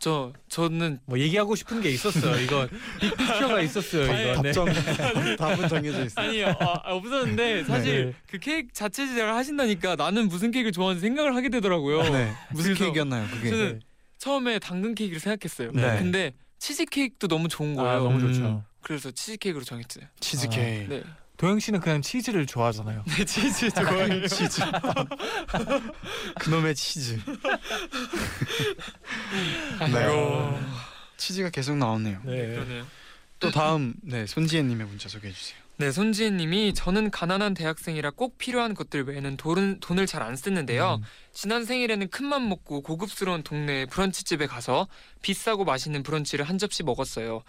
저 저는
뭐 얘기하고 싶은 게 있었어요. 이거 빅픽처가 있었어요. 이거. 네.
답정 아, 답은 정해져 있어요.
아니요 아, 없었는데 사실
네.
그 케이크 자체 제작을 하신다니까 나는 무슨 케이크를 좋아하는지 생각을 하게 되더라고요.
네. 무슨
그래서
케이크였나요 그게?
저는
네.
처음에 당근 케이크를 생각했어요.
네.
근데 치즈 케이크도 너무 좋은 거예요.
아, 너무
음.
좋죠.
그래서 치즈 케이크로 정했어요.
치즈 케이크.
네.
도영 씨는 그냥 치즈를 좋아하잖아요.
네 치즈 좋아해요.
치즈 그놈의 치즈
아이고.
네. 치즈가 계속 나오네요
네.
그러네요.
또 다음 네 손지혜님의 문자 소개해주세요
네, 손지혜님이 저는 가난한 대학생이라 꼭 필요한 것들 외에는 돈은, 돈을 잘 안
음.
쓰는데요. 지난 생일에는 큰맘 먹고 고급스러운 동네 브런치집에 가서 비싸고 맛있는 브런치를 한 접시 먹었어요.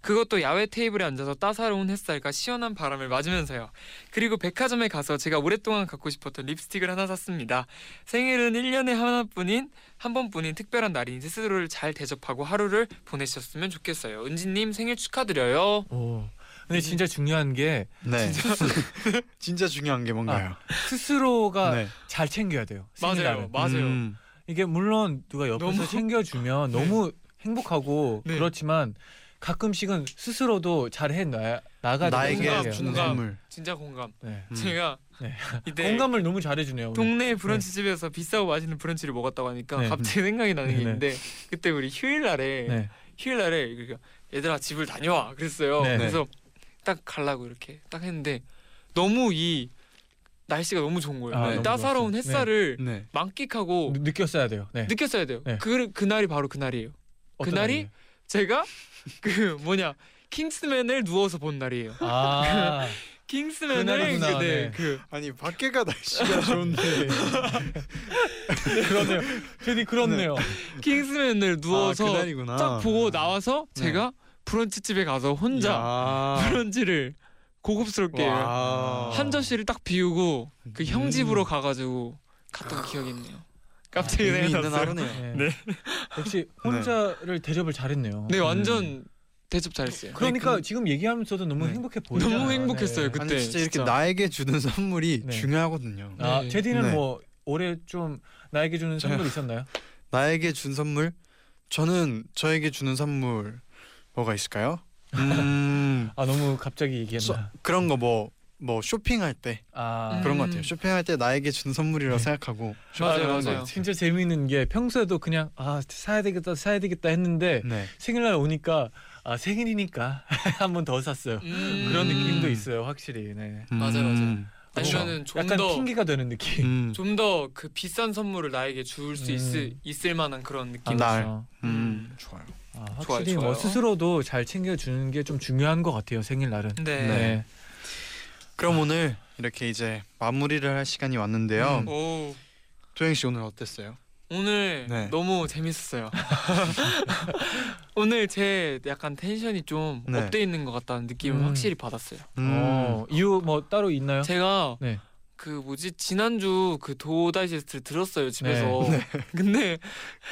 그것도 야외 테이블에 앉아서 따사로운 햇살과 시원한 바람을 맞으면서요. 그리고 백화점에 가서 제가 오랫동안 갖고 싶었던 립스틱을 하나 샀습니다. 생일은 1년에 하나뿐인 한 번뿐인 특별한 날이니 스스로를 잘 대접하고 하루를 보내셨으면 좋겠어요. 은지님 생일 축하드려요.
오. 근데 진짜 중요한 게
네 진짜 중요한 게 뭔가요
스스로가
네
잘 챙겨야 돼요.
맞아요,
생일날은.
아, 맞아요.
음,
이게 물론 누가 옆에서
너무-
챙겨주면
네.
너무 행복하고
네.
그렇지만 가끔씩은 스스로도 잘해 나가야
나에게
공감,
주는
공감.
선물
진짜 공감.
네.
음.
제가
네.
이때
공감을 너무 잘해주네요. 오늘.
동네 브런치집에서 비싸고 맛있는 브런치를 먹었다고 하니까
네.
갑자기 생각이 나는 게
네.
있는데 그때 우리 휴일날에
네.
휴일날에 그러니까 얘들아 집을 다녀와 그랬어요.
네.
그래서 딱 갈라고 이렇게 딱 했는데 너무 이 날씨가 너무 좋은 거예요.
아,
이
너무
따사로운
좋았어요.
햇살을
네
만끽하고
느- 느꼈어야 돼요. 네.
느꼈어야 돼요.
네.
그 그날이 바로 그날이에요.
어떤
그날이
날이에요?
제가 그 뭐냐 킹스맨을 누워서 본 날이에요.
아
킹스맨을
그날이구나,
그, 네,
네.
그
아니 밖에가 날씨가 좋은데
그, 그러네요. 괜히 그렇네요.
킹스맨을 누워서
아, 그날이구나.
딱 보고 나와서 제가 브런치 집에 가서 혼자
야.
브런치를 고급스럽게
와. 음.
한 접시를 딱 비우고 그 형 집으로 가가지고 갔던 기억이 있네요. 깜짝이
의미 있는
생각났어요.
하루네요.
네. 역시 혼자를 대접을 잘했네요.
네 완전 대접 잘했어요.
음. 그러니까 지금 얘기하면서도 너무
네.
행복해 보이잖아요.
너무 행복했어요
네.
그때.
아니 진짜 이렇게
진짜.
나에게 주는 선물이
네.
중요하거든요.
아
네.
제디는
네.
뭐 올해 좀 나에게 주는 선물 있었나요?
나에게 준 선물? 저는 저에게 주는 선물 뭐가 있을까요? 음
아 너무 갑자기 얘기했나?
그런 거 뭐 뭐 쇼핑할 때
아
음.
그런 것 같아요. 쇼핑할 때 나에게 준 선물이라 고
네.
생각하고
맞아요,
쇼핑하는 것
맞아요.
같아요.
진짜 재미있는 게 평소에도 그냥 아 사야 되겠다 사야 되겠다 했는데
네.
생일날 오니까 아 생일이니까 한 번 더 샀어요.
음.
그런 느낌도 있어요 확실히. 네.
맞아요, 맞아요.
음, 그쵸.
아니면은
약간 핑계가 되는 느낌.
음,
좀 더 그 비싼 선물을 나에게 줄 수
음.
있을 만한 그런 느낌.
아, 날.
그렇죠.
음, 좋아요.
아, 확실히 뭐
좋아요.
스스로도 잘 챙겨주는 게 좀 중요한 것 같아요 생일날은.
네.
네.
그럼 오늘 이렇게 이제 마무리를 할 시간이 왔는데요.
음.
오
도영 씨 오늘 어땠어요?
오늘
네.
너무 재밌었어요. 오늘 제 약간 텐션이 좀
네.
업돼 있는 것 같다는 느낌을
음.
확실히 받았어요.
음,
어, 이유 뭐 따로 있나요?
제가
네.
그 뭐지 지난주 그 도다이제스트를 들었어요
네.
집에서. 근데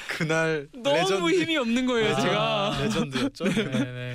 그날
너무 힘이 없는 거예요
아.
제가.
레전드였죠.
네네.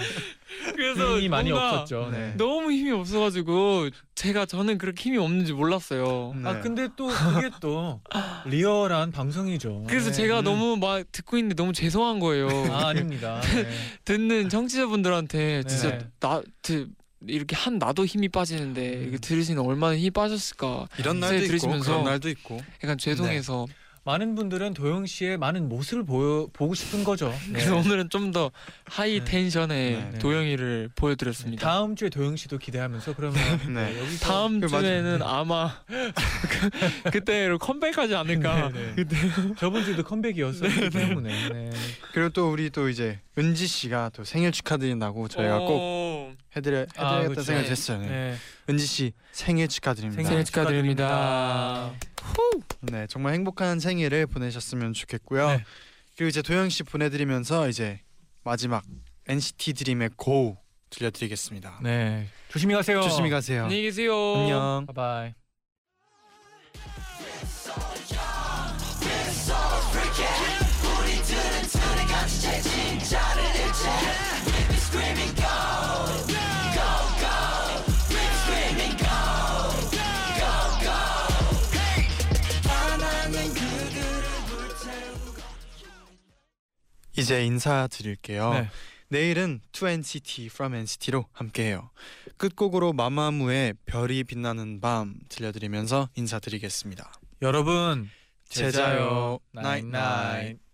그래서
힘이 많이
뭔가
없었죠. 네.
네.
너무 힘이 없어가지고 제가 저는 그렇게 힘이 없는지 몰랐어요.
네.
아 근데 또 그게 또 리얼한 방송이죠.
그래서
네.
제가
음.
너무 막 듣고 있는데 너무 죄송한 거예요.
아 아닙니다. 네.
듣는 청취자분들한테 진짜
네.
나 드, 이렇게 한 나도 힘이 빠지는데
음.
이렇게 들으시는 얼마나 힘이 빠졌을까.
이런
이제
날도 있고
들으시면서
그런 날도 있고.
약간 죄송해서
많은 분들은 도영 씨의 많은 모습을 보여 보고 싶은 거죠. 네.
그래서 오늘은 좀 더 하이
네.
텐션의
네,
네.
도영이를 보여드렸습니다.
다음 주에 도영 씨도 기대하면서 그러면
네.
여기서
다음
그 맞-
주에는 아마 그- 그때로 컴백하지 않을까.
네, 네. 저번 주도 컴백이었었기 때문에 네.
그리고 또 우리 또 이제 은지 씨가 또 생일 축하드린다고 저희가
어.
꼭
꼭
해드려
어. 아,
해드렸다
그쵸.
생각이 됐어요. 네.
네.
은지 씨 생일 축하드립니다.
생일
생일 축하드립니다.
네, 정말 행복한 생일을 보내셨으면 좋겠고요.
네.
그리고 이제 도영 씨 보내드리면서 이제 마지막 NCT 드림의 Go 들려드리겠습니다.
네. 조심히 가세요.
조심히 가세요.
안녕히 계세요.
안녕.
바이바이.
이제 인사드릴게요.
네.
내일은 To NCT From NCT로 함께해요. 끝곡으로 마마무의 별이 빛나는 밤 들려드리면서 인사드리겠습니다.
여러분
제자요.
나잇나잇.
나잇나잇.